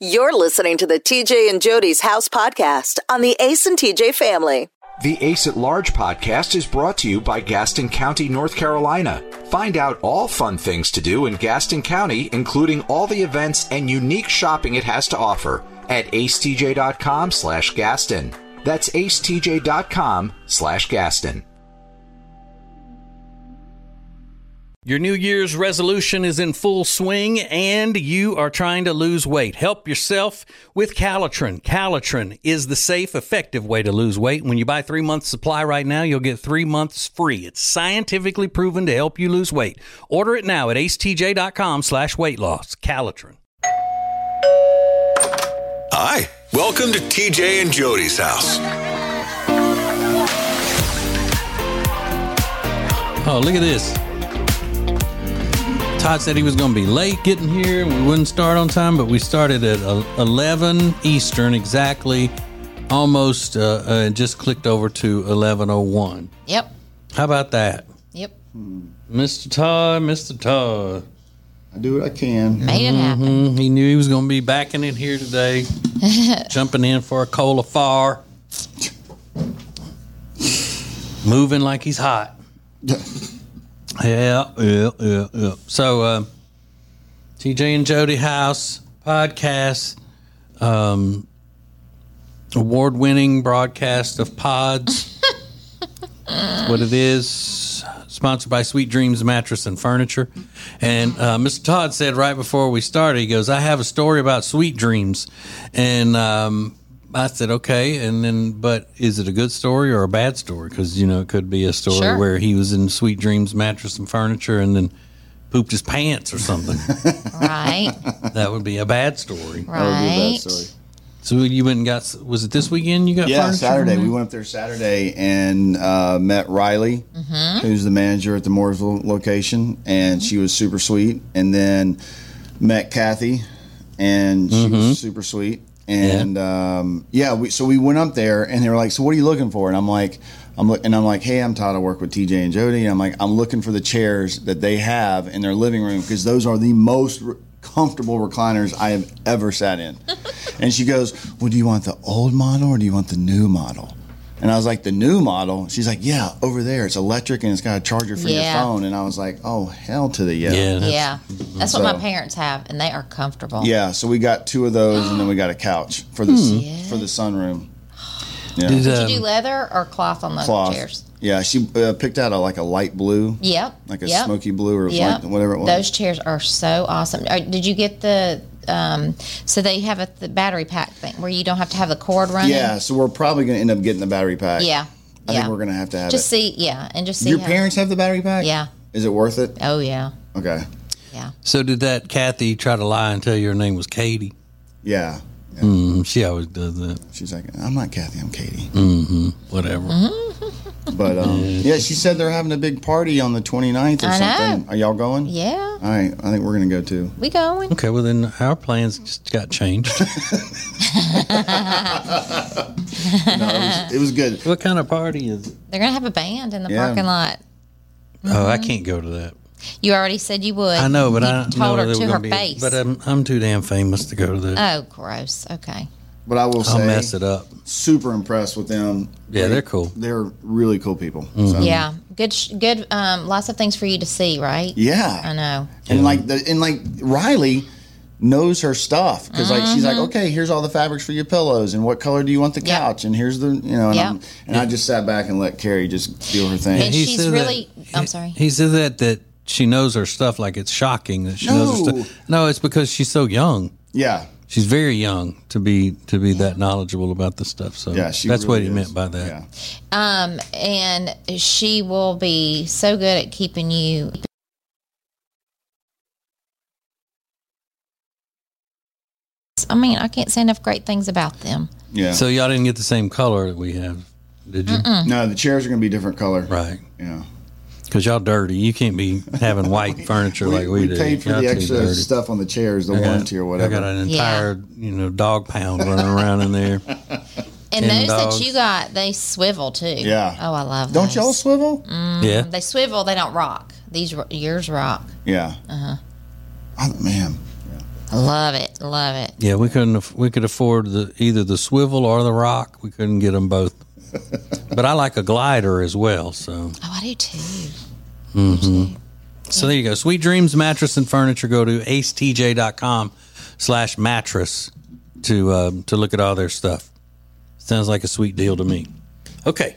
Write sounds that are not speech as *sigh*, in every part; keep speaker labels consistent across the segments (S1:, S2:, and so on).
S1: You're listening to the TJ and Jody's House podcast on the Ace and TJ family.
S2: The Ace at Large podcast is brought to you by Gaston County, North Carolina. Find out all fun things to do in Gaston County, including all the events and unique shopping it has to offer at acetj.com slash Gaston. That's acetj.com slash Gaston.
S3: Your New Year's resolution is in full swing and you are trying to lose weight. Help yourself with Calitrin. Calitrin is the safe, effective way to lose weight. When you buy three months supply right now, you'll get three months free. It's scientifically proven to help you lose weight. Order it now at acetj.com slash weight loss. Calitrin.
S4: Hi, welcome to TJ and Jody's house.
S3: Oh, look at this. Todd said he was going to be late getting here. We wouldn't start on time, but we started at uh, 11 Eastern exactly, almost, uh, uh, just clicked over to 1101.
S5: Yep.
S3: How about that?
S5: Yep.
S3: Mr. Todd, Mr. Todd.
S6: I do what I can.
S5: Made it happen.
S3: Mm, He knew he was going to be backing in here today, jumping in for a cola far, moving like he's hot. Yeah, yeah, yeah, yeah. So, uh, TJ and Jody House podcast, um, award winning broadcast of pods. That's what it is. Sponsored by Sweet Dreams Mattress and Furniture. And uh, Mr. Todd said right before we started, he goes, I have a story about Sweet Dreams. And um, I said, okay. And then, but is it a good story or a bad story? Because, you know, it could be a story
S5: Sure.
S3: where he was in Sweet Dreams Mattress and Furniture and then pooped his pants or something.
S6: *laughs*
S5: Right.
S3: that would be a bad story.
S6: That would Mm-hmm. be a
S5: Right.
S6: bad story.
S3: So you went and got, was it this weekend you got
S6: Yeah,
S3: furniture?
S6: Saturday. We went up there Saturday and uh, met Riley, who's the manager at the Mooresville location, and she was super sweet. And then met Kathy, and she was super sweet. And Mm-hmm. yeah, um, yeah we, so we went up there, and they were like, "So what are you looking for?" And I'm like, "I'm look," and I'm like, "Hey, I'm Todd. I work with TJ and Jody. And I'm like, I'm looking for the chairs that they have in their living room because those are the most." re- comfortable recliners I have ever sat *laughs* in. and she goes, Well, do you want the old model or do you want the new model? And I was like, The new model? She's like, Yeah, over there. It's electric and it's got a charger for your
S5: Yeah.
S6: phone. And I was like, Oh, hell to the yeah.
S3: Yeah. that's-
S5: yeah. That's what my
S6: So-
S5: parents have, and they are comfortable.
S6: Yeah, so we got two of those and then we got a couch for the, for the sunroom. Yeah.
S3: Did,
S5: Did
S3: um,
S5: you Hmm. do leather or cloth on the
S6: Cloth.
S5: chairs?
S6: Yeah, she uh, picked out a, like a light blue,
S5: Yep.
S6: like a
S5: yep.
S6: smoky blue or
S5: Yep.
S6: light- whatever it was.
S5: Those chairs are so awesome. Uh, Did you get the? Um, so they have a the battery pack thing where you don't have to have the cord running.
S6: yeah, so we're probably going to end up getting the battery pack.
S5: Yeah.
S6: I
S5: yeah.
S6: think we're going to have to have
S5: just
S6: it.
S5: see. Yeah, and just see.
S6: Your
S5: how-
S6: parents have the battery pack?
S5: Yeah.
S6: Is it worth it?
S5: Oh yeah.
S6: Okay.
S5: Yeah.
S3: So did that Kathy try to lie and tell you her name was Katie?
S6: Yeah.
S3: Mm, She always does that. Mm-hmm.
S6: She's like, I'm not Kathy, I'm Katie.
S5: Mm.
S3: Whatever.
S5: Mm-hmm.
S6: But um, yeah, she said they're having a big party on the 29th or
S5: I know.
S6: something. Are y'all going?
S5: Yeah.
S6: All right, I think we're going to go too.
S5: We
S6: *laughs*
S5: going.
S3: Okay, well then our plans just got changed.
S6: No, it, was, it was good.
S3: *laughs* what kind of party is it?
S5: They're gonna have a band in the
S6: Yeah.
S5: parking lot.
S3: Oh, I can't go to that.
S5: You already said you would.
S3: I know, but
S5: Mm-hmm. you
S3: I
S5: told
S3: know
S5: her
S3: that we're
S5: to her
S3: gonna be-
S5: face.
S3: But uh, I'm I'm too damn famous to go to that.
S5: oh, gross. Okay.
S6: But I
S5: Oh.
S6: will
S3: I'll
S6: say,
S3: mess it up.
S6: super impressed with them.
S3: Yeah, they're cool. Mm-hmm.
S6: They're really cool people. So,
S5: Yeah. Good. sh- Good. Um, lots of things for you to see, right?
S6: Yeah.
S5: I know.
S6: And like the and like Riley knows her stuff because like she's like,
S5: Mm-hmm.
S6: okay, here's all the fabrics for your pillows, and what color do you want the
S5: Yep.
S6: couch, and here's the you know, and,
S5: Yep.
S6: I'm- and I just sat back and let Carrie just do her thing.
S5: And she's
S3: said that-
S5: really. I'm sorry.
S3: He said that that she knows her stuff like it's shocking that she knows her
S6: No.
S3: stuff. No, it's because she's so young.
S6: yeah,
S3: She's very young to be to be that knowledgeable about this stuff. So
S6: yeah, she.
S3: that's what
S6: really
S3: he
S6: is.
S3: meant by that.
S6: Yeah.
S5: Um, and she will be so good at keeping you. I mean, I can't say enough great things about them.
S6: Yeah.
S3: So y'all didn't get the same color that we have, did you?
S6: no, the chairs are gonna be different color.
S3: Right.
S6: Yeah.
S3: Because y'all dirty. You can't be having white furniture
S6: *laughs* we,
S3: like we,
S6: we
S3: do.
S6: paid for
S3: Y'all
S6: the
S3: too
S6: extra
S3: dirty.
S6: stuff on the chairs, the
S3: I got-
S6: warranty or
S3: I got
S6: whatever.
S3: an
S5: Yeah.
S3: entire, you know, dog pound running around in there.
S5: And
S3: Ten
S5: those
S3: dogs.
S5: that you got, they swivel too.
S6: uh, Yeah.
S5: Oh, I love.
S6: Don't
S5: those.
S6: y'all swivel?
S5: Mm.
S3: Yeah.
S5: They swivel. They don't rock. These r- yours rock.
S6: Yeah. Uh huh. man. Yeah.
S5: Love it. Love it.
S3: Yeah, we couldn't. aff- We could afford the either the swivel or the rock. We couldn't get them
S6: *laughs*
S3: both. but I like a glider as well. So,
S5: Oh, I do too.
S3: so there you go. Sweet Dreams Mattress and Furniture. Go to acetj.com slash mattress to um, to look at all their stuff. Sounds like a sweet deal to me. Okay,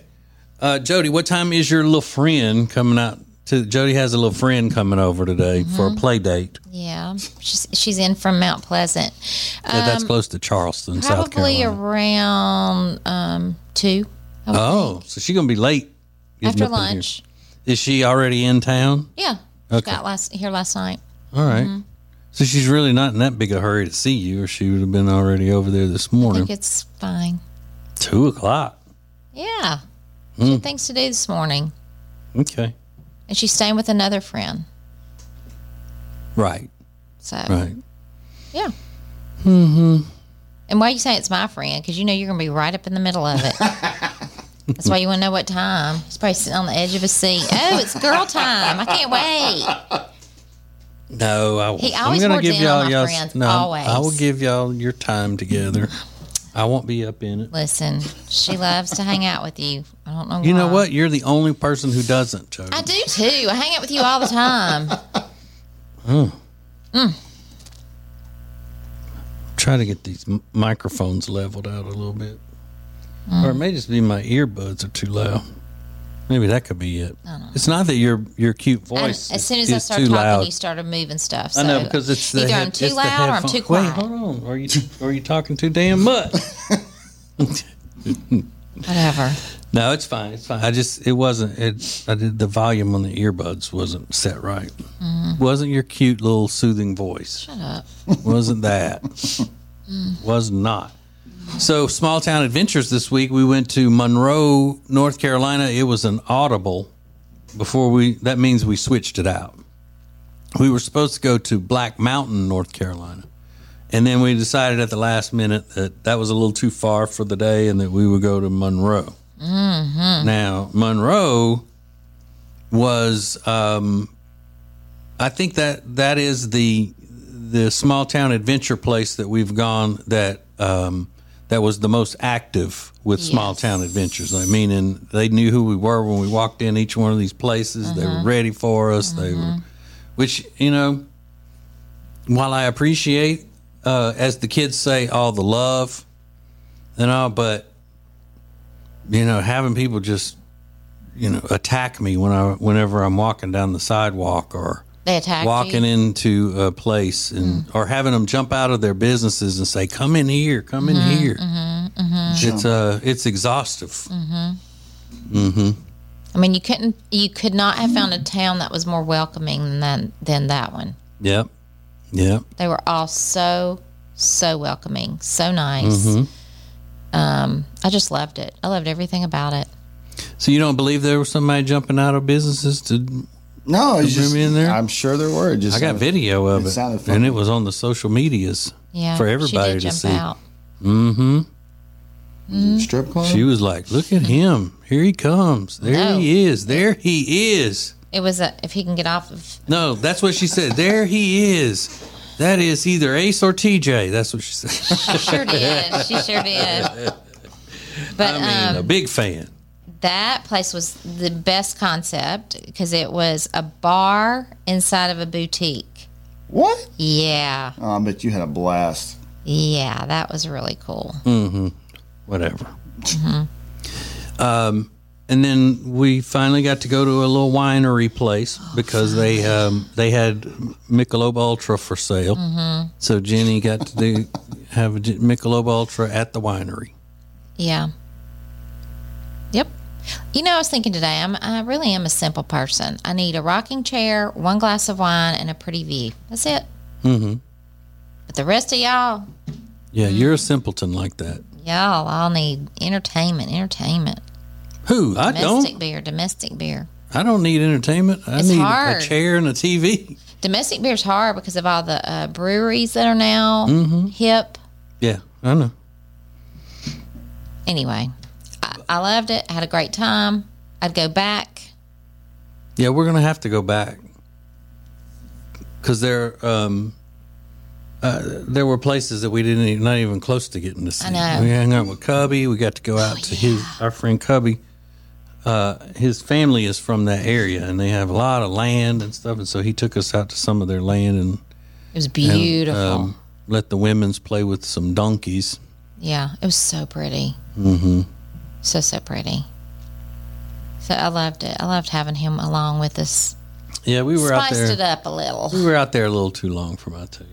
S3: uh, Jody, what time is your little friend coming out? To Jody has a little friend coming over today
S5: Mm-hmm.
S3: for a play date.
S5: Yeah. She's, she's in from Mount Pleasant.
S3: Yeah, Uh, that's close to Charleston, South
S5: Um, Probably
S3: Carolina.
S5: around um, two I would
S3: Oh, so she's gonna be late
S5: think,
S3: getting up
S5: after
S3: in here.
S5: lunch.
S3: Is she already in town?
S5: Yeah. She got last here last night.
S3: All right.
S5: Mm-hmm.
S3: So she's really not in that big a hurry to see you, or she would have been already over there this
S5: I
S3: morning.
S5: think it's fine.
S3: Two o'clock.
S5: Yeah.
S3: Hmm.
S5: She had things to do this morning.
S3: Okay.
S5: And she's staying with another friend.
S3: Right.
S5: So,
S3: Right. Mm-hmm.
S5: yeah. Mm-hmm. And why you saying it's my friend? Because you know you're going to be right up in the middle of
S3: *laughs*
S5: it. That's why you want to know what time. He's probably sitting on the edge of his seat. Oh, it's girl time. I can't wait.
S3: No, I won't.
S5: He always
S3: I'm gonna
S5: hoards
S3: give
S5: in
S3: y'all
S5: on my
S3: y'all's-
S5: friends,
S3: No, I will
S5: always.
S3: give y'all your time
S5: *laughs*
S3: together. I won't be up in it.
S5: Listen, she loves to hang out with you. I don't know
S3: You know
S5: why.
S3: what? You're the only person who doesn't, Jody.
S5: I do too. I hang out with you all
S3: *laughs*
S5: the time.
S3: Try to get these m- microphones leveled out a little bit,
S5: Mm.
S3: or it may just be my earbuds are too loud. Maybe that could be it. It's not that your your cute
S5: And
S3: voice.
S5: as
S3: is-
S5: soon as I
S3: is
S5: start
S3: too
S5: talking,
S3: loud.
S5: you started moving stuff. So
S3: I know because it's the
S5: either
S3: head-
S5: I'm too
S3: it's the
S5: loud or I'm
S3: headphone-
S5: too quiet.
S3: Wait, hold on. Are you are you talking too damn
S5: *laughs*
S3: much?
S5: Whatever.
S3: no, it's fine. It's fine. I just it wasn't it. I did the volume on the earbuds wasn't set right. Wasn't your cute little soothing voice? Shut
S5: up.
S3: Wasn't that? was not. So small town adventures this week. We went to Monroe, North Carolina. It was an audible. Before we that means we switched it out. We were supposed to go to Black Mountain, North Carolina. And then we decided at the last minute that that was a little too far for the day and that we would go to Monroe. Now, Monroe was, um, I think that that is the the small town adventure place that we've gone that um, that was the most active with small town adventures. I mean, and they knew who we were when we walked in each one of these places. They were ready for us. They were, which you know, while I appreciate, uh, as the kids say, all the love and all, but you know, having people just you know attack me when I whenever I'm walking down the sidewalk or
S5: They attacked
S3: walking
S5: you.
S3: into a place and
S5: Mm.
S3: or having them jump out of their businesses and say, "Come in here, come
S5: Mm-hmm,
S3: in here." It's uh, it's exhaustive.
S5: Mm. I mean, you couldn't, you could not have found a
S3: Mm.
S5: town that was more welcoming than than that one.
S3: Yep, yep.
S5: They were all so so welcoming, so nice.
S3: Mm-hmm.
S5: Um, I just loved it. I loved everything about it.
S3: So you don't believe there was somebody jumping out of businesses to
S6: No, it's
S3: Put
S6: just,
S3: me in there?
S6: I'm sure there were. It Just
S3: I got video of
S6: it
S3: it,
S6: sounded
S3: and
S6: funny.
S3: it was on the social medias
S5: Yeah,
S3: for
S5: she
S3: everybody
S5: did
S3: to
S5: jump
S3: see. Mm-hmm.
S5: Out.
S6: Mm-hmm. strip club.
S3: She was like, "Look at him! Here he comes! There
S5: No.
S3: he is! There he is!"
S5: It was a, if he can get off of.
S3: No, that's what she said. There he is. That is either Ace or TJ. That's what she said. *laughs*
S5: She sure did. She sure did. But
S3: I mean,
S5: um,
S3: a big fan.
S5: that place was the best concept because it was a bar inside of a boutique.
S6: what?
S5: Yeah,
S6: Oh, I bet you had a blast.
S5: yeah, that was really cool.
S3: whatever. Um,
S5: Mm-hmm.
S3: and then we finally got to go to a little winery place
S5: Oh,
S3: because they um, they had Michelob Ultra for sale.
S5: Mm-hmm.
S3: So Jenny got to do, have a J- Michelob Ultra at the winery.
S5: Yeah. Yep. You know, I was thinking today, I'm, I really am a simple person. I need a rocking chair, one glass of wine, and a pretty view. That's it. Mm-hmm. But the rest of y'all,
S3: Yeah,
S5: Mm-hmm.
S3: you're a simpleton like that.
S5: y'all all need entertainment, entertainment.
S3: Who I
S5: Domestic
S3: don't.
S5: beer, domestic beer.
S3: I don't need entertainment. I
S5: It's
S3: need a
S5: hard.
S3: chair and a TV.
S5: Domestic beer's hard because of all the uh, breweries that are now
S3: Mm-hmm.
S5: hip.
S3: Yeah, I know.
S5: Anyway, I, I loved it. I had a great time. I'd go back.
S3: Yeah, we're gonna have to go back because they're. Um, there were places that we didn't even, not even close to getting to see.
S5: know. Oh,
S3: We hung out with Cubby. We got to go out to his our friend Cubby. Uh, his family is from that area, and they have a lot of land and stuff. And so he took us out to some of their land and
S5: It was beautiful.
S3: um, let the women's play with some donkeys.
S5: yeah, it was so pretty. Mm-hmm. So so pretty. So I loved it. I loved having him along with us.
S3: Yeah, we were out
S5: Spiced
S3: there.
S5: it up a little,
S3: We were out there a little too long for my taste.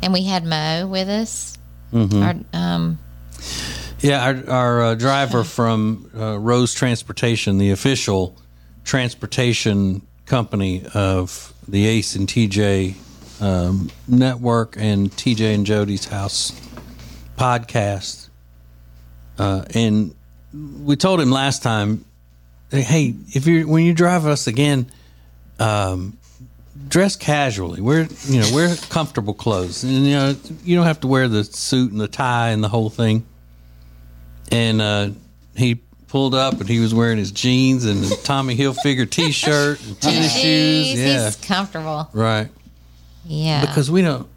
S5: and we had Mo with us.
S3: Mm-hmm.
S5: Our, um,
S3: Yeah, our, our uh, driver from uh, Rose Transportation, the official transportation company of the Ace and TJ um, network and TJ and Jody's House podcast. Uh, and we told him last time, hey, if you when you drive us again, um, dress casually. Wear you know wear comfortable clothes, and you know you don't have to wear the suit and the tie and the whole thing. And uh, he pulled up, and he was wearing his jeans and his Tommy Hilfiger t-shirt, and tennis shoes.
S5: geez,
S3: Yeah,
S5: he's comfortable.
S3: right.
S5: Yeah,
S3: Because we don't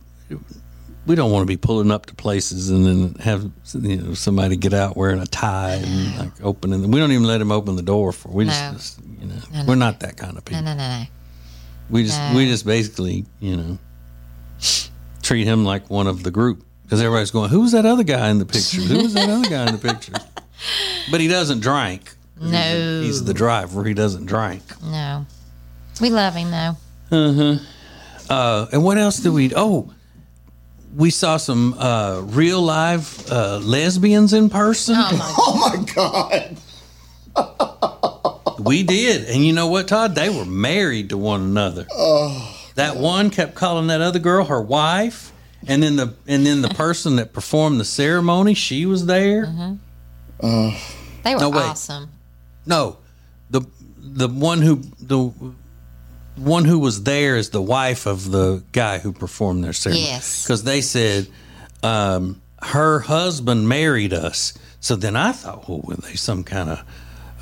S3: we don't want to be pulling up to places and then have you know somebody get out wearing a tie and like opening. The, we don't even let him open the door for. We just,
S5: No.
S3: just, you know
S5: No, no,
S3: we're
S5: no.
S3: not that kind of people.
S5: no, no, no, no.
S3: We just we just basically you know treat him like one of the group because everybody's going, who's that other guy in the picture? Who's that other guy in the
S5: *laughs*
S3: picture? But he doesn't drink.
S5: No.
S3: He's the driver. He doesn't drink.
S5: No. We love him though.
S3: Uh, and what else did we? Oh, we saw some uh, real live uh, lesbians in person.
S6: Oh my god!
S3: We did, and you know what, Todd? They were married to one another. that one kept calling that other girl her wife, and then the and then the person that performed the ceremony, she was there.
S5: They were
S3: No, wait.
S5: awesome.
S3: No, the the one who the one who was there is the wife of the guy who performed their ceremony.
S5: Yes.
S3: because they said um, her husband married us. So then I thought, well, were they some kind of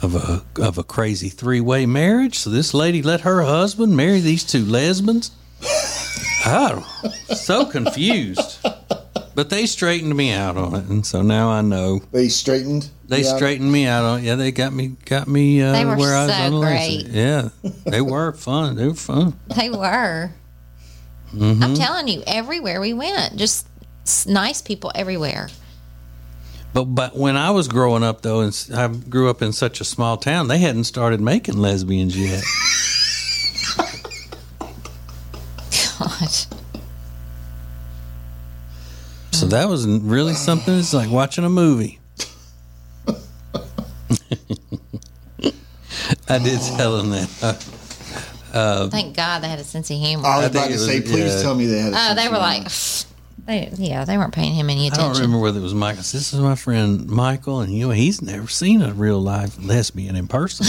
S3: of a of a crazy three way marriage? So this lady let her husband marry these two lesbians. I'm so confused. But they straightened me out on it, and so now I know.
S6: They straightened.
S3: They
S6: you out?
S3: straightened me out on. Yeah, they got me. Got me. Uh,
S5: They were
S3: where I was
S5: so
S3: unlazy.
S5: great.
S3: Yeah, they
S5: *laughs*
S3: were fun. They were fun.
S5: They were.
S3: Mm-hmm.
S5: I'm telling you, everywhere we went, just s- nice people everywhere.
S3: But but when I was growing up though, and s- I grew up in such a small town, they hadn't started making lesbians yet.
S5: God.
S3: so that was really something. It's like watching a movie. *laughs* I did tell him that. Uh,
S5: Thank God they had a sense of humor.
S6: Oh, I was
S3: I
S6: about
S3: think
S6: to
S3: it
S6: say,
S3: was-
S6: please
S3: yeah.
S6: tell me they had. a
S5: oh, they
S6: sense
S5: were
S6: of
S5: like, *sighs* they, yeah, they weren't paying him any
S3: I don't
S5: attention.
S3: remember whether it was Michael. This is my friend Michael, and you know he's never seen a real life lesbian in person.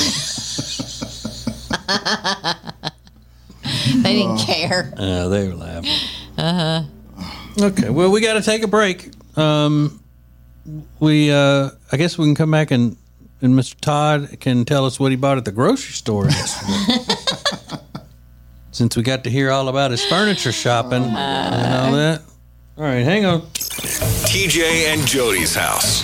S5: They didn't care.
S3: Uh, they were laughing. Uh huh. Okay. Well, we got to take a break. Um, we, uh, I guess we can come back and and Mr. Todd can tell us what he bought at the grocery store yesterday. *laughs* Since we got to hear all about his furniture shopping and all that. All right, hang on.
S4: TJ and Jody's house.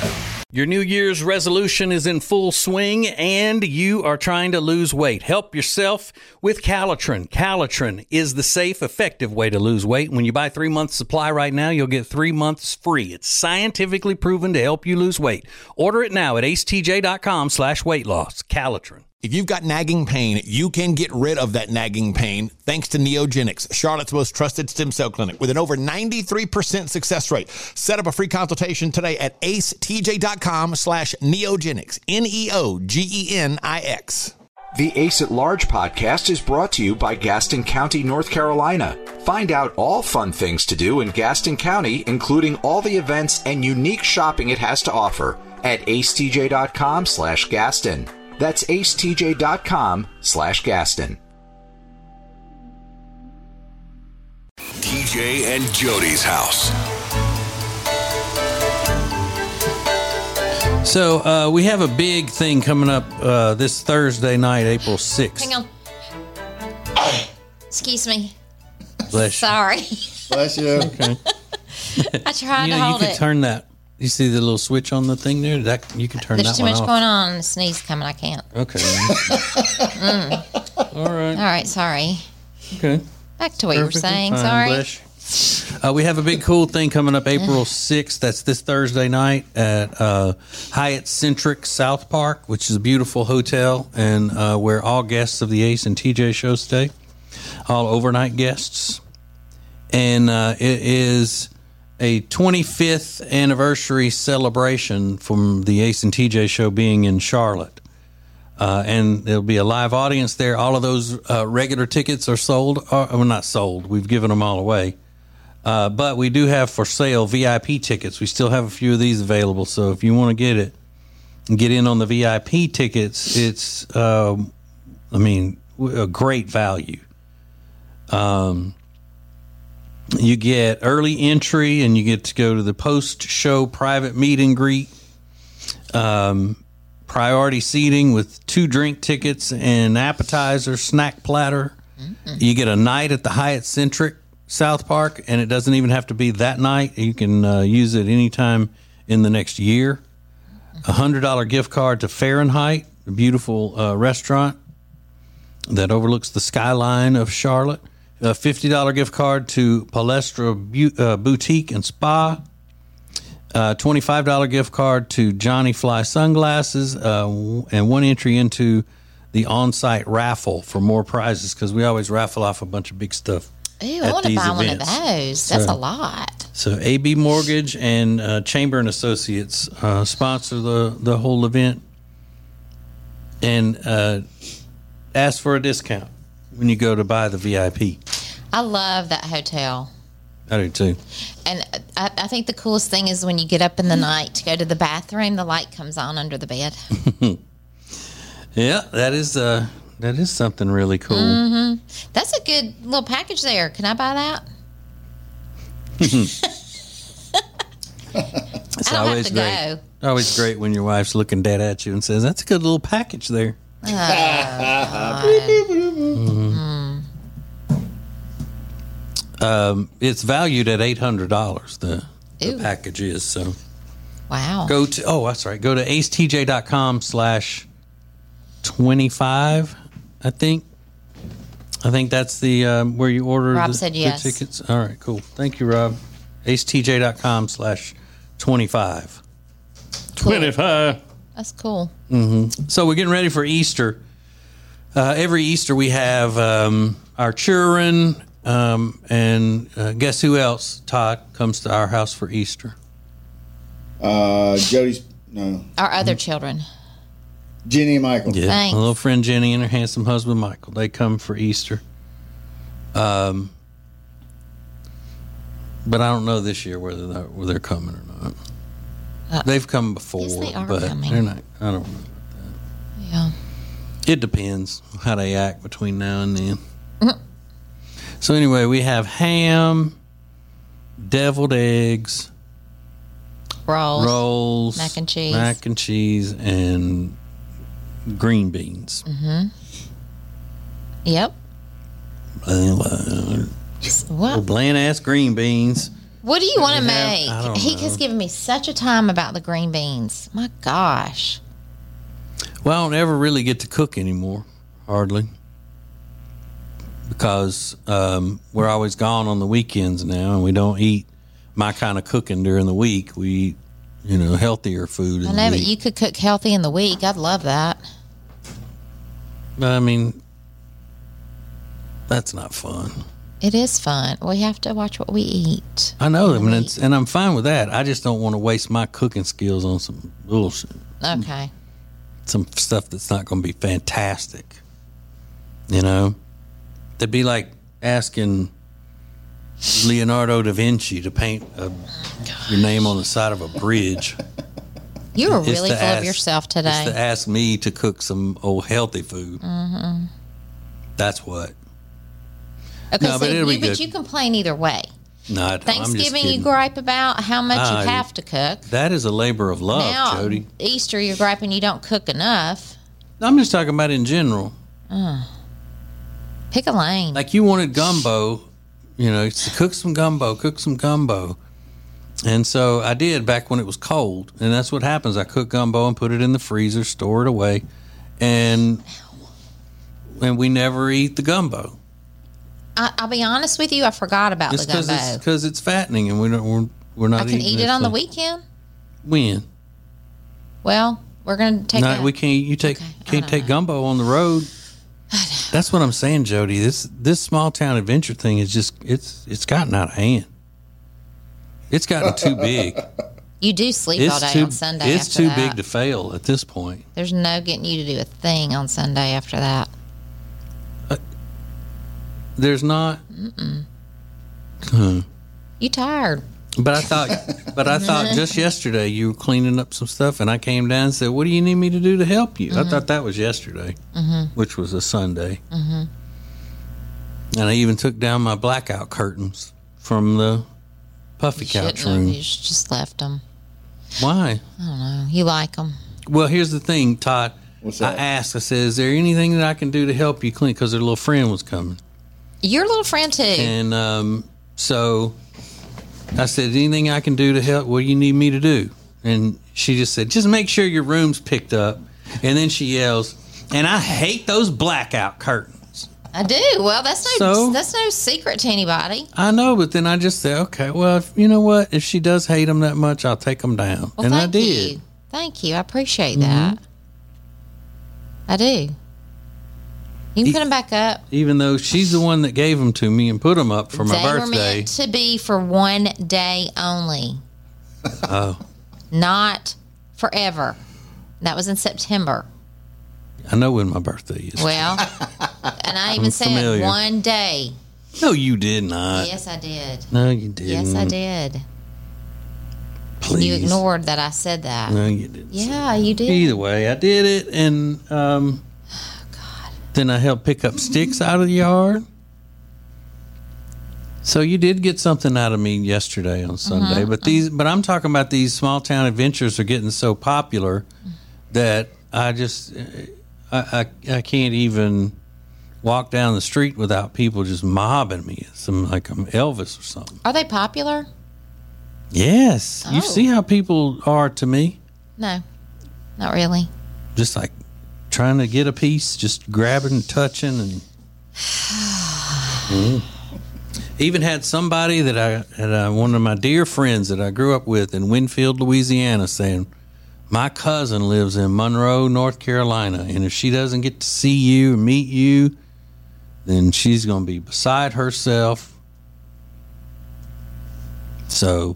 S3: Your New Year's resolution is in full swing and you are trying to lose weight. Help yourself with Calitrin. Calitrin is the safe, effective way to lose weight. When you buy three months supply right now, you'll get three months free. It's scientifically proven to help you lose weight. Order it now at acetj.com slash weight loss. Calitrin.
S7: If you've got nagging pain, you can get rid of that nagging pain thanks to Neogenics, Charlotte's most trusted stem cell clinic with an over 93% success rate. Set up a free consultation today at acetj.com slash neogenics, E N-E-O-G-E-N-I-X.
S2: The Ace at Large podcast is brought to you by Gaston County, North Carolina. Find out all fun things to do in Gaston County, including all the events and unique shopping it has to offer at acetj.com slash Gaston. That's acetj.com slash Gaston.
S4: TJ and Jody's house.
S3: So uh, we have a big thing coming up uh, this Thursday night, April 6th.
S5: Hang on. Excuse me.
S3: Bless you.
S5: Sorry. *laughs*
S6: Bless
S3: *laughs*
S6: you.
S5: I tried
S3: You
S5: to
S3: know, you
S5: hold
S3: could
S5: it.
S3: turn that. You see the little switch on the thing there? That you can turn
S5: There's
S3: that
S5: too
S3: one
S5: much
S3: off.
S5: going on and a sneeze coming. I can't.
S3: Okay. *laughs* Mm. All right.
S5: All right, sorry.
S3: Okay.
S5: Back to what you were
S3: Perfectly
S5: saying.
S3: fine,
S5: sorry.
S3: Blish. Uh, we have a big cool thing coming up April 6th. That's this Thursday night at uh, Hyatt Centric South Park, which is a beautiful hotel and uh, where all guests of the Ace and TJ show stay, all overnight guests. And uh, it is a 25th anniversary celebration from the Ace and TJ show being in Charlotte. Uh, and there'll be a live audience there. All of those uh, regular tickets are sold. Or, well, not sold. We've given them all away. Uh, but we do have for sale VIP tickets. We still have a few of these available. So if you want to get it, get in on the VIP tickets. It's, um, I mean, w- a great value. Um, you get early entry and you get to go to the post show private meet and greet priority seating with two drink tickets and appetizer snack platter. You get a night at the Hyatt Centric South Park, and it doesn't even have to be that night. You can uh, use it anytime in the next year. A hundred dollar gift card to Fahrenheit, a beautiful uh, restaurant that overlooks the skyline of Charlotte. A fifty dollar gift card to Palestra Bu- uh, Boutique and Spa a twenty-five dollar gift card to Johnny Fly sunglasses, uh, w- and one entry into the on-site raffle for more prizes because we always raffle off a bunch of big stuff.
S5: Ooh, I
S3: at
S5: want to
S3: these
S5: buy one of
S3: events.
S5: those. That's a lot.
S3: So AB Mortgage and uh, Chamber and Associates uh, sponsor the the whole event, and uh, ask for a discount when you go to buy the VIP.
S5: I love that hotel.
S3: I do too.
S5: And I, I think the coolest thing is when you get up in the night to go to the bathroom, the light comes on under the bed.
S3: Yeah, that is uh, that is something really cool.
S5: Mm-hmm. That's a good little package there. Can I buy that?
S3: It's
S5: I don't have
S3: always
S5: to
S3: great. Always great when your wife's looking dead at you and says, "That's a good little package
S5: *laughs*
S3: there." um, it's valued at eight hundred dollars. The, the
S5: Ooh.
S3: package is so.
S5: Wow.
S3: Go to oh, that's right. Go to acetj.com slash twenty five. I think. I think that's the um, where you order
S5: Rob
S3: the,
S5: said
S3: the
S5: yes.
S3: tickets. All right, cool. Thank you, Rob. acetj.com slash twenty five.
S5: Cool.
S3: five.
S5: That's cool.
S3: So we're getting ready for Easter. Uh, every Easter we have um, our children, um, and uh, guess who else? Todd comes to our house for Easter.
S6: Uh, Jody's no
S5: Our
S3: Mm-hmm.
S5: other children.
S6: Jenny and Michael.
S3: Yeah,
S5: Thanks.
S3: my little friend Jenny and her handsome husband Michael. They come for Easter. Um, but I don't know this year whether they're, whether they're coming or not.
S5: Uh,
S3: They've come before,
S5: they are
S3: but
S5: coming.
S3: they're not. I don't know.
S5: Yeah.
S3: It depends how they act between now and then. so anyway, we have ham, deviled eggs,
S5: Rolls.
S3: rolls,
S5: Mac and cheese.
S3: mac and cheese, and green beans.
S5: Yep. Mm-hmm.
S3: Bland-
S5: What?
S3: Bland ass Uh, green beans.
S5: What do you want to
S3: we have- I
S5: make?
S3: don't
S5: He has given me such a time about the green beans. My gosh.
S3: Well, I don't ever really get to cook anymore, hardly, because um, we're always gone on the weekends now, and we don't eat my kind of cooking during the week. We eat, you know, healthier food. in
S5: I
S3: the
S5: know, but
S3: week.
S5: you could cook healthy in the week. I'd love that.
S3: But I mean, that's not fun.
S5: It is fun. We have to watch what we eat.
S3: I know, I mean, it's, and I'm fine with that. I just don't want to waste my cooking skills on some bullshit,
S5: Okay.
S3: some stuff that's not going to be fantastic. You know, that'd be like asking Leonardo da Vinci to paint a, your name on the side of a bridge.
S5: You are
S3: It's
S5: really
S3: to
S5: full of
S3: ask-
S5: yourself
S3: It's to
S5: today.
S3: ask me to cook some old healthy food.
S5: Mm-hmm.
S3: That's what.
S5: Okay,
S3: No, but it'll be
S5: you, but
S3: good.
S5: you complain either way.
S3: No, I don't. I'm just
S5: Thanksgiving, you
S3: kidding.
S5: gripe about how much
S3: I-
S5: you have to cook.
S3: That is a labor of love,
S5: now, um,
S3: Jody.
S5: Easter, you're griping you don't cook enough.
S3: I'm just talking about in general.
S5: Pick a lane.
S3: Like you wanted gumbo You know, it's to cook some gumbo, cook some gumbo. And so I did back when it was cold, and that's what happens. I cook gumbo and put it in the freezer, store it away, and and we never eat the gumbo.
S5: I, I'll be honest with you, I forgot about
S3: It's
S5: the
S3: because
S5: gumbo.
S3: it's, 'cause it's fattening, and we don't we're, we're not.
S5: I can
S3: eating
S5: eat it on the
S3: so-
S5: weekend.
S3: When?
S5: Well, we're going to take
S3: No,
S5: a-
S3: we can't. You take
S5: Okay, I
S3: can't
S5: don't
S3: take gumbo on the road.
S5: *sighs*
S3: That's what I'm saying, Jody. This this small town adventure thing is just it's it's gotten out of hand. It's gotten too
S5: *laughs*
S3: big.
S5: You do sleep all
S3: it's
S5: day
S3: too
S5: on Sunday.
S3: it's
S5: after
S3: too
S5: that.
S3: big to fail at this point.
S5: There's no getting you to do a thing on Sunday after that.
S3: There's not.
S5: You tired?
S3: But I thought, but I thought just yesterday you were cleaning up some stuff, and I came down and said, "What do you need me to do to help you?" I thought that was yesterday, which was a Sunday, and I even took down my blackout curtains from the puffy
S5: Shouldn't
S3: couch
S5: have.
S3: room.
S5: You sh- just left them.
S3: Why?
S5: You like them?
S3: Well, here's the thing, Todd.
S6: What's
S3: I
S6: that?
S3: asked. I said, "Is there anything that I can do to help you clean?" Because her little friend was coming,
S5: Your little friend too.
S3: and um, so I said, "Anything I can do to help? What do you need me to do?" And she just said, "Just make sure your room's picked up." And then she yells, "And I hate those blackout curtains."
S5: I do. Well, that's no
S3: So?
S5: that's no secret to anybody.
S3: I know, but then I just said, "Okay, well, if, you know what? If she does hate them that much, I'll take them down."
S5: Well,
S3: and I
S5: thank
S3: did. Mm-hmm.
S5: you. Thank you. I appreciate that. I do. You can
S3: E-
S5: put them back up.
S3: Even though she's the one that gave them to me and put them up for my
S5: they were
S3: birthday.
S5: meant to be for one day only. Oh. Not forever. That was in September.
S3: I know when my birthday is. *laughs*
S5: Well, and I even said
S3: familiar.
S5: one day.
S3: No, you did not.
S5: Yes, I did.
S3: No, you didn't.
S5: Yes, I did.
S3: Please.
S5: You ignored that I said that.
S3: No, you didn't.
S5: Yeah, you did.
S3: Either way, I did it, and um, then I helped pick up sticks out of the yard. So you did get something out of me yesterday
S5: Mm-hmm.
S3: on Sunday, but these, but I'm talking about these small town adventures are getting so popular that I just, I, I, I can't even walk down the street without people just mobbing me. It's I'm like I'm Elvis or something.
S5: Are they popular?
S3: Yes, you
S5: Oh.
S3: see how people are to me.
S5: No, not really.
S3: just like trying to get a piece, just grabbing, touching, and Mm. even had somebody that I had uh, one of my dear friends that I grew up with in Winfield, Louisiana, saying, "My cousin lives in Monroe, North Carolina, and if she doesn't get to see you or meet you, then she's going to be beside herself." So,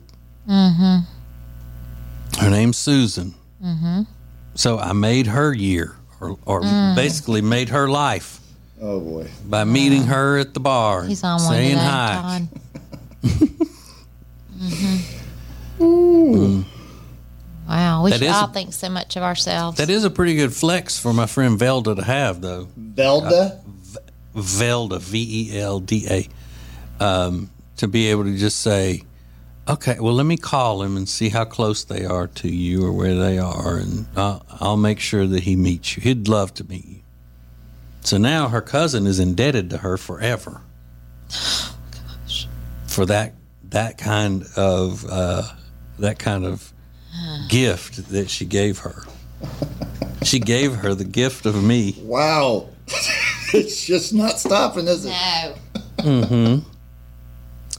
S3: her name's Susan. So I made her year, or, or
S5: Mm.
S3: basically made her life
S6: Oh boy.
S3: by meeting her at the bar, and
S5: Mm. He's on one
S3: saying
S5: today,
S3: hi.
S5: Todd.
S3: *laughs*
S5: hmm Wow, we
S3: That
S5: should
S3: is-
S5: all think so much of ourselves.
S3: That is a pretty good flex for my friend Velda to have, though.
S6: Velda.
S3: Velda, V E L D A, um, to be able to just say, okay, well, let me call him and see how close they are to you or where they are, and I'll, I'll make sure that he meets you. He'd love to meet you. So now her cousin is indebted to her forever. For that that kind of uh, that kind of gift that she gave her. She gave her the gift of me.
S6: Wow. *laughs* it's just not stopping, is it?
S5: no.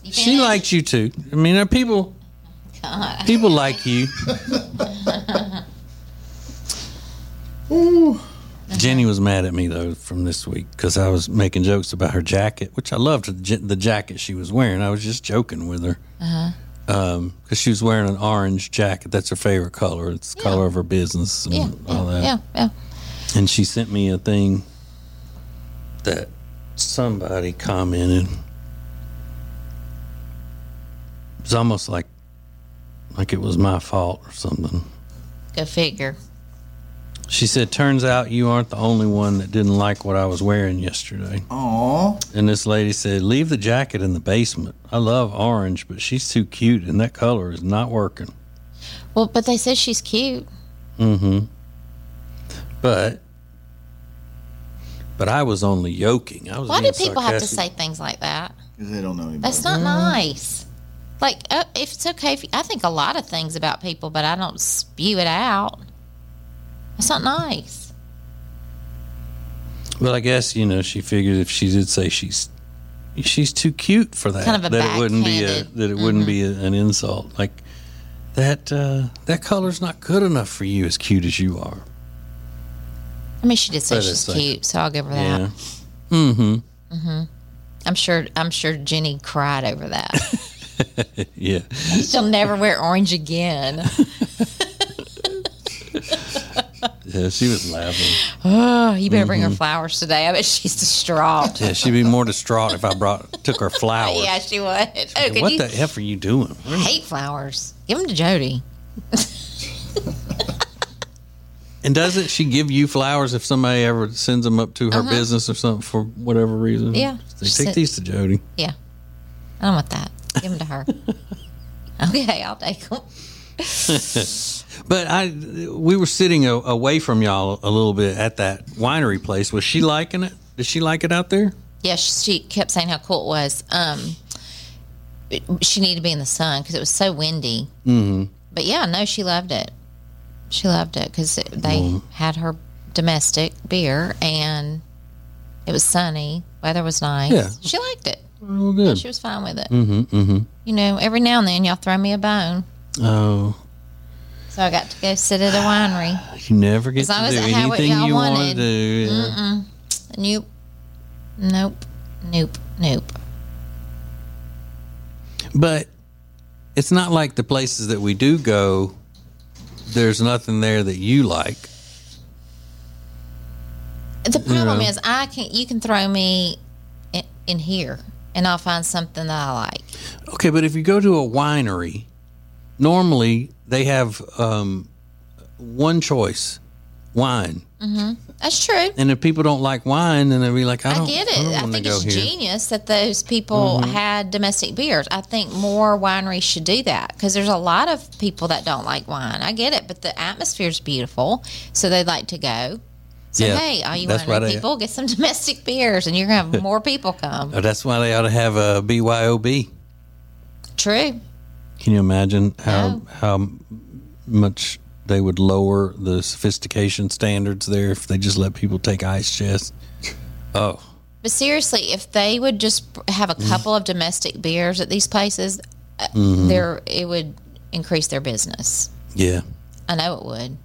S3: She likes you too. I mean, there are people people like
S5: *laughs*
S3: you. Jenny was mad at me though from this week because I was making jokes about her jacket, which I loved the ja- the jacket she was wearing. I was just joking with her because
S5: Uh-huh.
S3: she was wearing an orange jacket. That's her favorite color. It's the color of her business and
S5: Yeah,
S3: Mm, all that.
S5: yeah, yeah.
S3: And she sent me a thing that somebody commented. It's almost like like it was my fault or something.
S5: Go figure.
S3: She said, "Turns out you aren't the only one that didn't like what I was wearing yesterday."
S6: Aw.
S3: And this lady said, "Leave the jacket in the basement. I love orange, but she's too cute and that color is not working."
S5: Well, but they said she's cute.
S3: But but I was only yoking. I was
S5: Why do
S3: being
S5: people have to
S3: sarcastic.
S5: say things like that?
S6: because they don't know anybody.
S5: That's not nice. Like, uh, if it's okay, if you, I think a lot of things about people, but I don't spew it out. That's not nice.
S3: But I guess you know she figured if she did say she's she's too cute for that,
S5: Kind of a
S3: that it wouldn't be a
S5: backhanded- Mm-hmm.
S3: that it wouldn't be a, an insult. Like that uh, that color's not good enough for you, as cute as you are.
S5: I mean, she did say
S3: That
S5: she's
S3: is like-
S5: cute, so I'll give her that.
S3: Yeah.
S5: I'm sure. I'm sure Jenny cried over that. *laughs*
S3: Yeah.
S5: She'll never wear orange again.
S3: *laughs* Yeah. She was laughing.
S5: Oh, you better
S3: Mm-hmm.
S5: bring her flowers today. I bet she's distraught.
S3: Yeah. She'd be more distraught if I brought took her flowers.
S5: *laughs* yeah, she would. Oh,
S3: Hey,
S5: could
S3: what
S5: you
S3: the F are you doing?
S5: hate flowers? Give them to Jody.
S3: And doesn't she give you flowers if somebody ever sends them up to her business or something for whatever reason?
S5: Uh-huh. Yeah.
S3: They
S5: She
S3: take
S5: said-
S3: these to Jody.
S5: Yeah, I don't want that. Give them
S3: *laughs*
S5: to her. okay, I'll take them.
S3: But I, we were sitting a, away from y'all a little bit at that winery place. Was she liking it? Did she like it out there?
S5: Yeah, she she kept saying how cool it was. Um, it- she needed to be in the sun because it was so windy. Mm-hmm. But yeah, no, she loved it. She loved it because they had her domestic beer and it was sunny. Weather was nice.
S3: Yeah.
S5: She liked it.
S3: Well, good.
S5: She was fine with it. Mm-hmm, mm-hmm. You know, every now and then y'all throw me a bone.
S3: Oh,
S5: So I got to go sit at a winery.
S3: you never get
S5: As long
S3: to
S5: as
S3: do
S5: I had what
S3: anything
S5: y'all
S3: you want to
S5: wanted.
S3: do. yeah.
S5: Nope. Nope. Nope. Nope.
S3: But it's not like the places that we do go. There's nothing there that you like.
S5: The problem
S3: know.
S5: is, I can you can throw me in, in here, and I'll find something that I like.
S3: Okay, but if you go to a winery, normally they have um, one choice, wine.
S5: That's true.
S3: And if people don't like wine, then they'll be like, I
S5: I
S3: don't,
S5: get
S3: I don't
S5: it. I,
S3: wanna
S5: think
S3: go
S5: it's
S3: here. Mm-hmm.
S5: genius that those people had domestic beers. I think more wineries should do that because there's a lot of people that don't like wine. I get it, but the atmosphere's beautiful, so they like to go. So
S3: Yeah,
S5: hey, all you
S3: that's why
S5: winery
S3: they-
S5: people, get some *laughs* domestic beers, and you're gonna
S3: *laughs*
S5: have more people come.
S3: Oh, that's why they ought to have a BYOB.
S5: True.
S3: Can you imagine how
S5: No.
S3: how much they would lower the sophistication standards there if they just let people take ice chests? Oh,
S5: But seriously, if they would just have a couple of domestic beers at these places, uh there it would increase their business.
S3: yeah.
S5: I know it would.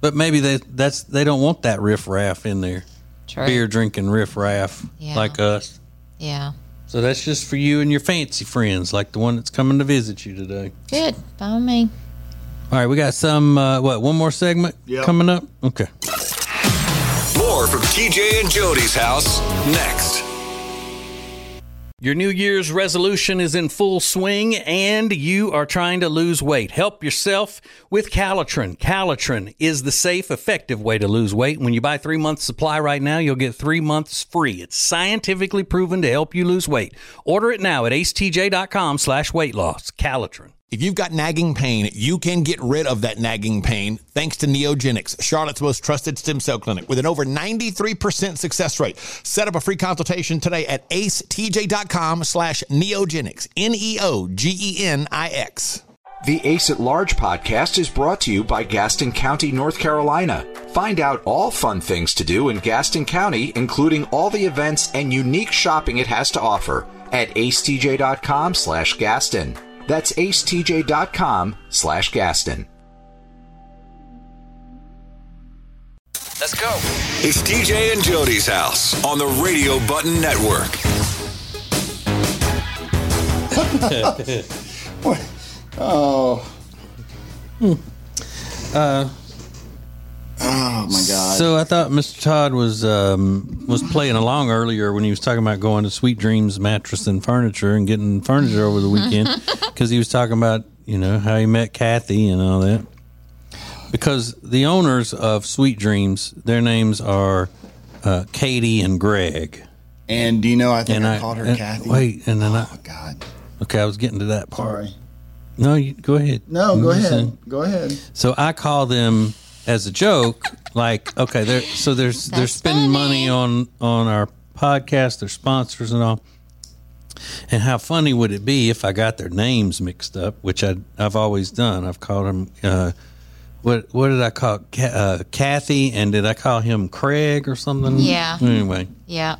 S3: But maybe they that's they don't want that riffraff in there.
S5: True.
S3: Beer drinking riffraff
S5: Yeah.
S3: like us.
S5: Yeah.
S3: So that's just for you and your fancy friends, like the one that's coming to visit you today.
S5: Good. By me.
S3: All right, we got some uh, what one more segment
S6: Yep.
S3: coming up. Okay.
S4: More from TJ and Jody's house next.
S3: Your New Year's resolution is in full swing and you are trying to lose weight. Help yourself with Calitrin. Calitrin is the safe, effective way to lose weight. When you buy three months supply right now, you'll get three months free. It's scientifically proven to help you lose weight. Order it now at acetj.com slash weight loss. Calitrin.
S7: If you've got nagging pain, you can get rid of that nagging pain thanks to Neogenics, Charlotte's most trusted stem cell clinic with an over 93% success rate. Set up a free consultation today at acetj.com slash neogenics, E N-E-O-G-E-N-I-X.
S2: The Ace at Large podcast is brought to you by Gaston County, North Carolina. Find out all fun things to do in Gaston County, including all the events and unique shopping it has to offer at acetj.com slash Gaston. That's acetj.com slash Gaston.
S8: Let's go.
S4: It's TJ and Jody's house on the Radio Button Network.
S6: Oh, oh my god!
S3: So I thought Mr. Todd was um, was playing along earlier when he was talking about going to Sweet Dreams Mattress and Furniture and getting furniture over the weekend because he was talking about you know how he met Kathy and all that. Because the owners of Sweet Dreams, their names are uh, Katie and Greg.
S6: and do you know? I think
S3: And
S6: I, called her
S3: and-
S6: Kathy.
S3: Wait, and then I
S6: Oh, God.
S3: okay, I was getting to that part.
S6: Sorry.
S3: No, you, go ahead.
S6: No,
S3: I'm
S6: go
S3: just saying.
S6: ahead. Go ahead.
S3: So I call them as a joke, like okay, they're so they're they're
S5: That's
S3: spending
S5: funny.
S3: money on on our podcast, their sponsors and all. And how funny would it be if I got their names mixed up, which I, I've always done. I've called them, uh, what, what did I call Ca- uh, Kathy? And did I call him Craig or something?
S6: Mm-hmm.
S5: Yeah.
S3: Anyway,
S5: Yeah.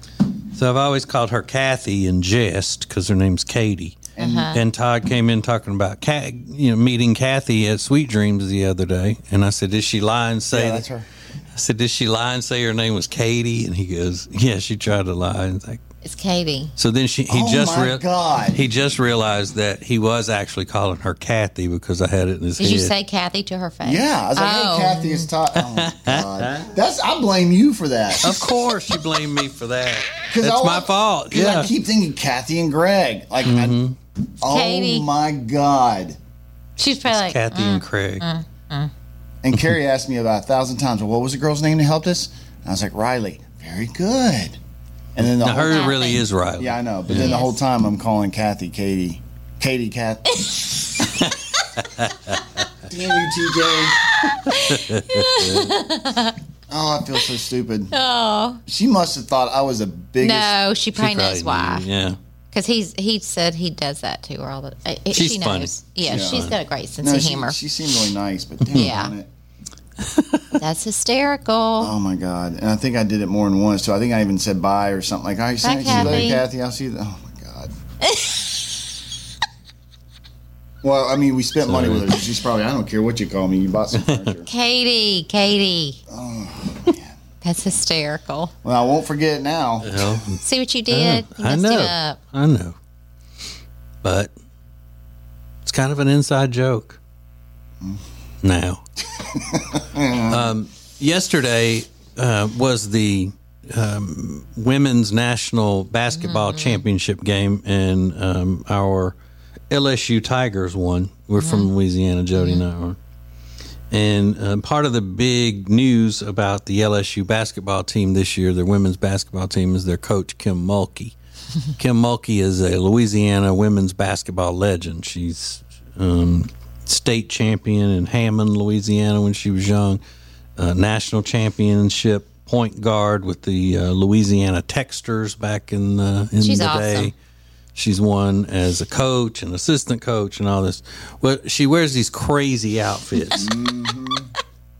S3: so I've always called her Kathy in jest because her name's Katie. And Todd came in talking about Cat, you know, meeting Kathy at Sweet Dreams the other day, and I said, "Did she lie and say
S6: Yeah,
S3: that-
S6: that's her.
S3: I said, "Did she lie and say her name was Katie?" And he goes, "Yeah, she tried to lie." And it's like,
S5: It's Katie.
S3: so then she he
S6: Oh
S3: just
S6: my
S3: rea-
S6: God.
S3: he just realized that he was actually calling her Kathy because I had it in his
S5: Did
S3: head.
S5: you say Kathy to her face?
S6: Yeah, I was like,
S5: Oh.
S6: hey, Kathy, it's Todd. Oh
S3: *laughs*
S6: my god, that's I blame you for that.
S3: of course, you blame me for that.
S6: *laughs* 'Cause
S3: It's
S6: I
S3: my
S6: want-
S3: fault.
S6: 'Cause
S3: Yeah, Mm-hmm.
S6: I keep thinking Kathy and Greg. Like, I, oh
S5: Katie.
S6: my god.
S5: She's probably like,
S3: Kathy and Craig.
S5: Mm.
S3: *laughs*
S6: And Carrie asked me about a thousand times, well, what was the girl's name that helped us? And I was like, Riley. Very good. And then the
S3: Now,
S6: whole,
S3: her
S5: Kathy.
S3: really is right.
S6: yeah, I know. But then the
S5: Yes.
S6: whole time I'm calling Kathy, Katie,
S5: *laughs*
S6: Katie, Kathy. Damn you,
S5: *laughs*
S6: TJ. oh, I feel so stupid.
S5: oh
S6: She must have thought I was the biggest.
S5: no, she probably, knows why.
S3: Yeah.
S5: Because he's he said he does that to her all the. uh, uh,
S3: She's
S5: she
S3: funny.
S5: knows. Yeah,
S6: She's
S5: she's
S6: funny.
S5: got a great sense
S6: No,
S5: of
S6: she,
S5: humor.
S6: she seemed really nice, but damn
S5: Yeah.
S6: it.
S5: That's hysterical.
S6: Oh my god! And I think I did it more than once too. I think I even said bye or something like, "All right, see,
S5: Bye,
S6: you later,
S5: Kathy."
S6: Kathy. I'll see you." th- Oh my god. well, I mean, we spent money with her. so She's probably. I don't care what you call me. You bought some furniture.
S5: Katie, Katie.
S6: Oh,
S5: That's hysterical.
S6: well, I won't forget it now.
S3: Well,
S5: See what you did? You
S3: Oh, I
S5: messed
S3: know.
S5: it up.
S3: I know. But it's kind of an inside joke. Now, um, yesterday uh, was the um, women's national basketball championship game, and um, our LSU Tigers won. We're from Louisiana, Jody and I are. And um, part of the big news about the LSU basketball team this year, their women's basketball team, is their coach, Kim Mulkey. Kim Mulkey is a Louisiana women's basketball legend. She's um, state champion in Hammond, Louisiana, when she was young, uh, national championship point guard with the uh, Louisiana Texters back in the, in
S5: She's
S3: the
S5: awesome.
S3: day. She's won as a coach and assistant coach and all this. Well, she wears these crazy outfits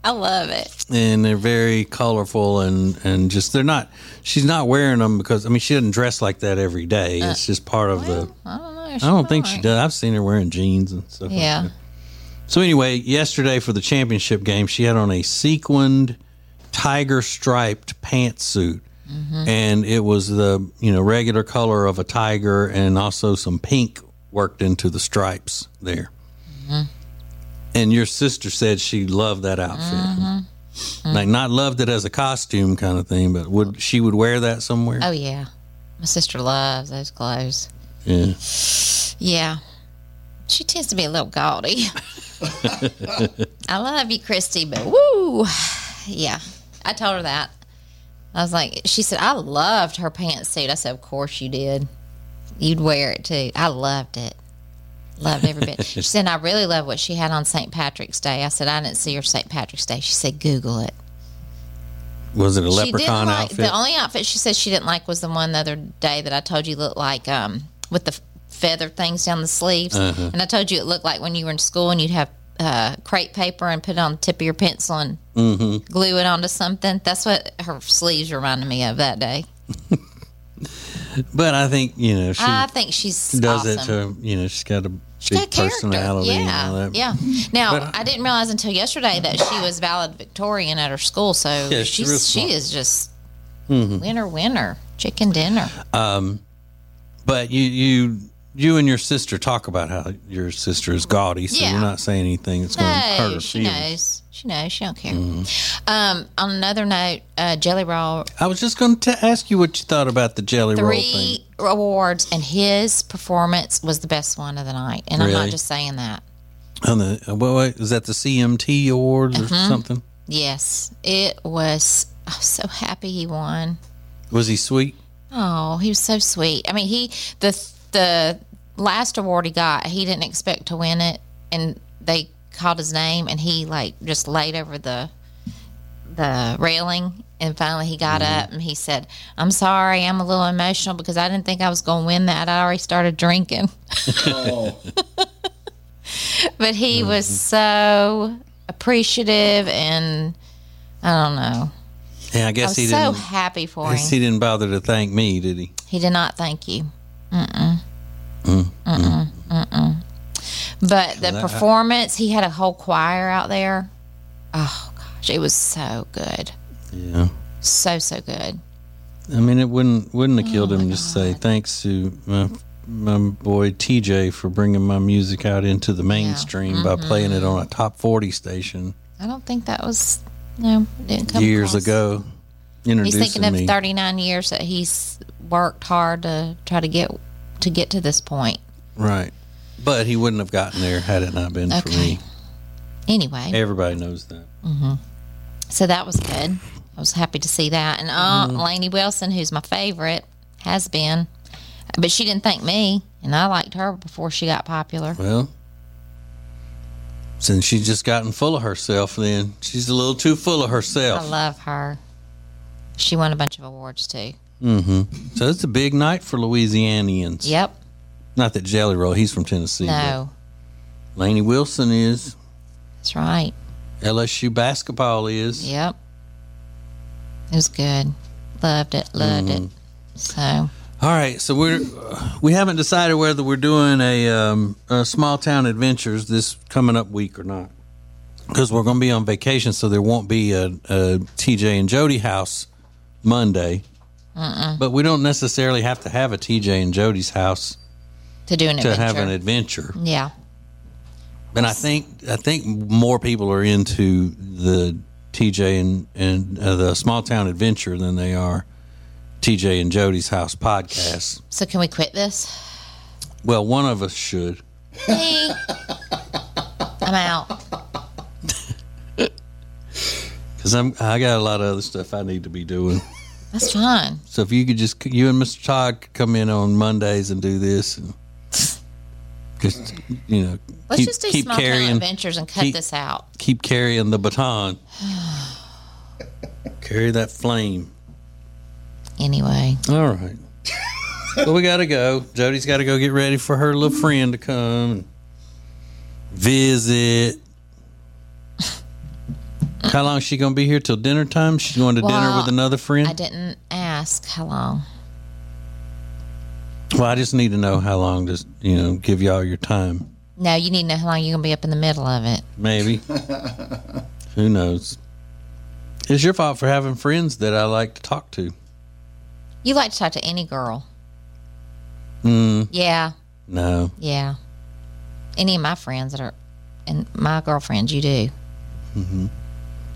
S5: I love it.
S3: and they're very colorful and and just they're not. She's not wearing them because I mean she doesn't dress like that every day. It's just part of the.
S5: I don't know.
S3: I don't think she does. I've seen her wearing jeans and stuff. like
S5: Yeah.
S3: so anyway, yesterday for the championship game, she had on a sequined tiger striped pantsuit. And it was the, you know, regular color of a tiger and also some pink worked into the stripes there. And your sister said she loved that outfit.
S9: Mm-hmm.
S3: Like not loved it as a costume kind of thing, but would she would wear that somewhere?
S5: Oh yeah. My sister loves those clothes.
S3: Yeah.
S5: Yeah. She tends to be a little gaudy. *laughs* I love you, Christy, but woo. Yeah. I told her that. I was like, she said, I loved her pantsuit. I said, Of course you did. You'd wear it too. I loved it. Loved every bit. She said, I really love what she had on St. Patrick's Day. I said, I didn't see her St. Patrick's Day. She said, Google it.
S3: Was it a
S5: She
S3: leprechaun
S5: like,
S3: outfit?
S5: The only outfit she said she didn't like was the one the other day that I told you looked like um with the f- feather things down the sleeves,
S3: Uh-huh.
S5: and I told you it looked like when you were in school and you'd have uh, crepe paper and put it on the tip of your pencil and
S3: Mm-hmm.
S5: glue it onto something. That's what her sleeves reminded me of that day.
S3: but I think, you know, she
S5: I think she's
S3: does
S5: Ah, awesome.
S3: it to, you know, she's got a big
S5: Good character.
S3: personality and all
S5: Yeah,
S3: that.
S5: yeah. Now I, didn't realize until yesterday that she was valedictorian at her school. So
S3: she's real
S5: she's
S3: smart. Mm-hmm.
S5: she is just winner winner chicken dinner.
S3: But you, you, you and your sister talk about how your sister is gaudy, so
S5: Yeah.
S3: you're not saying anything that's going to Mm-hmm. hurt her
S5: she
S3: feelings.
S5: knows. She knows. She don't care. Um, on another note, uh, Jelly Roll
S3: I was just going to ask you what you thought about the jelly roll thing.
S5: three awards, and his performance was the best one of the night. And I'm
S3: Really?
S5: not just saying that.
S3: On the uh, what, what is that the CMT awards or
S5: Mm-hmm.
S3: something?
S5: Yes, it was. I was so happy he won.
S3: Was he sweet?
S5: Oh, he was so sweet. I mean, he the the last award he got, he didn't expect to win it, and they called his name, and he like just laid over the the railing And finally, he got
S9: Mm-hmm.
S5: up and he said, "I'm sorry, I'm a little emotional because I didn't think I was going to win that. I already started drinking." *laughs* but
S9: Mm-hmm.
S5: he was so appreciative, and I don't know.
S9: Yeah, I
S5: I
S9: guess
S5: was
S9: he
S5: so
S9: didn't.
S5: happy for
S9: I
S5: him.
S9: guess he didn't bother to thank me, did he?
S5: He did not thank you. Mm-mm.
S9: Mm,
S5: Mm-mm. Mm-mm. But the performance, he had a whole choir out there. Oh, gosh. It was so good.
S9: Yeah.
S5: So, so good.
S9: I mean, it wouldn't wouldn't have
S5: Oh,
S9: killed him to say thanks to my my boy TJ for bringing my music out into the mainstream by
S5: Mm-hmm.
S9: playing it on a top forty station
S5: I don't think that was, no, it didn't come
S9: years
S5: across.
S9: ago.
S5: He's
S9: Introducing
S5: thinking of
S9: me.
S5: 39 years that he's worked hard to try to get to get to this point.
S9: right, but he wouldn't have gotten there had it not been for
S5: Okay.
S9: me.
S5: Anyway,
S9: Everybody knows that.
S5: so that was good. I was happy to see that. And
S9: Mm-hmm.
S5: Aunt Laney Wilson, who's my favorite, has been, but she didn't thank me, and I liked her before she got popular.
S9: Well, since she's just gotten full of herself, then she's a little too full of
S5: I
S9: herself.
S5: love her. She won a bunch of awards too.
S9: Mm-hmm. So it's a big night for Louisianians.
S5: Yep.
S9: Not that Jelly Roll, he's from Tennessee. but
S5: No,
S9: Laney Wilson is.
S5: that's right.
S9: LSU basketball is.
S5: Yep. It was good. Loved it. Loved
S9: Mm-hmm.
S5: it. So
S9: All right, so we're we haven't decided whether we're doing a, um, a small town adventures this coming up week or not because we're going to be on vacation, so there won't be a, a TJ and Jody house Monday. But we don't necessarily have to have a TJ and Jody's house
S5: to do an
S9: to
S5: adventure.
S9: have an adventure.
S5: yeah.
S9: And I think I think more people are into the TJ and and uh, the small town adventure than they are TJ and Jody's house podcast.
S5: So can we quit this?
S9: Well, one of us should.
S5: Me. I'm out.
S9: Cause I'm, I got a lot of other stuff I need to be doing.
S5: That's fine.
S9: So if you could just, you and Mr. Todd could come in on Mondays and do this, and just you know,
S5: Let's
S9: keep,
S5: just do
S9: keep
S5: small town
S9: carrying,
S5: adventures and cut
S9: keep-
S5: this out.
S9: keep carrying the baton, *sighs* carry that flame.
S5: Anyway,
S9: All right. well, we gotta go. Jody's got to go get ready for her little friend to come and visit. How long is she gonna be here till dinner time? She's going to dinner
S5: Well,
S9: with another friend.
S5: I didn't ask how long.
S9: Well, I just need to know how long does you know give y'all your time.
S5: No, you need to know how long you're gonna be up in the middle of it. *laughs*
S9: Maybe. Who knows? It's your fault for having friends that I like to talk to.
S5: You like to talk to any girl. Mm. Yeah,
S9: No,
S5: yeah. Any of my friends that are, and my girlfriends, you do.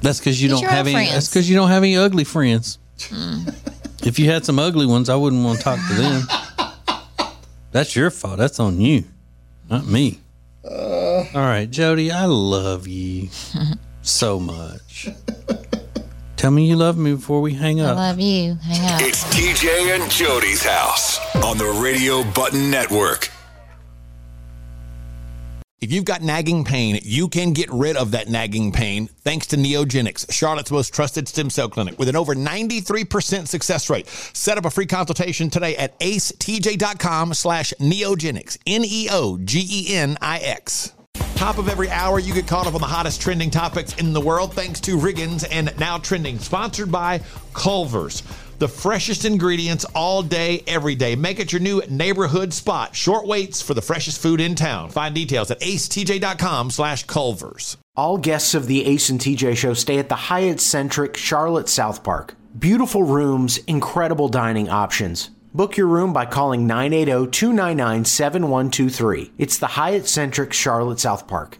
S9: that's because you
S5: It's
S9: don't
S5: your
S9: have
S5: own
S9: any. That's
S5: friends. Hmm.
S9: because you don't have any ugly friends. if you had some ugly ones, I wouldn't want to talk to them. that's your fault. That's on you, not me. All right, Jody, I love
S5: *laughs*
S9: you so much. Tell me you love me before we hang
S5: I
S9: up.
S5: love you. Hang out.
S4: It's TJ and Jody's house on the Radio Button Network.
S7: If you've got nagging pain, you can get rid of that nagging pain thanks to Neogenics, Charlotte's most trusted stem cell clinic with an over 93% success rate. Set up a free consultation today at acetj.com slash neogenics, E N-E-O-G-E-N-I-X. Top of every hour, you get caught up on the hottest trending topics in the world thanks to Riggins and Now Trending, sponsored by Culver's. The freshest ingredients all day, every day. Make it your new neighborhood spot. Short waits for the freshest food in town. Find details at acetj.com slash Culver's.
S10: All guests of the Ace and TJ show stay at the Hyatt Centric Charlotte South Park. Beautiful rooms, incredible dining options. Book your room by calling 980 299 7123. It's the Hyatt Centric Charlotte South Park.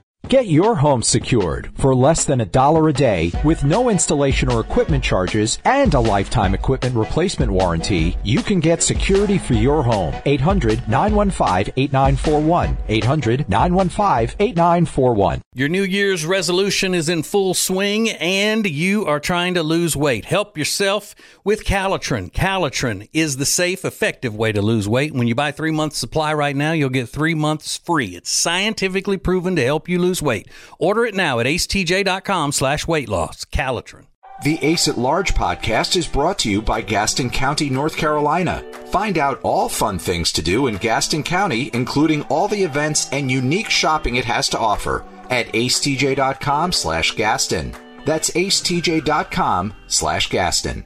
S2: Get your home secured for less than a dollar a day with no installation or equipment charges and a lifetime equipment replacement warranty. You can get security for your home. 800 915 8941. 800 915 8941.
S3: Your New Year's resolution is in full swing and you are trying to lose weight. Help yourself with Calitrin. Calitrin is the safe, effective way to lose weight. When you buy three months supply right now, you'll get three months free. It's scientifically proven to help you lose weight. Order it now at acetj.com slash weight loss. Calitrin.
S2: The Ace at Large podcast is brought to you by Gaston County, North Carolina. Find out all fun things to do in Gaston County, including all the events and unique shopping it has to offer at acetj.com slash Gaston. That's acetj.com slash Gaston.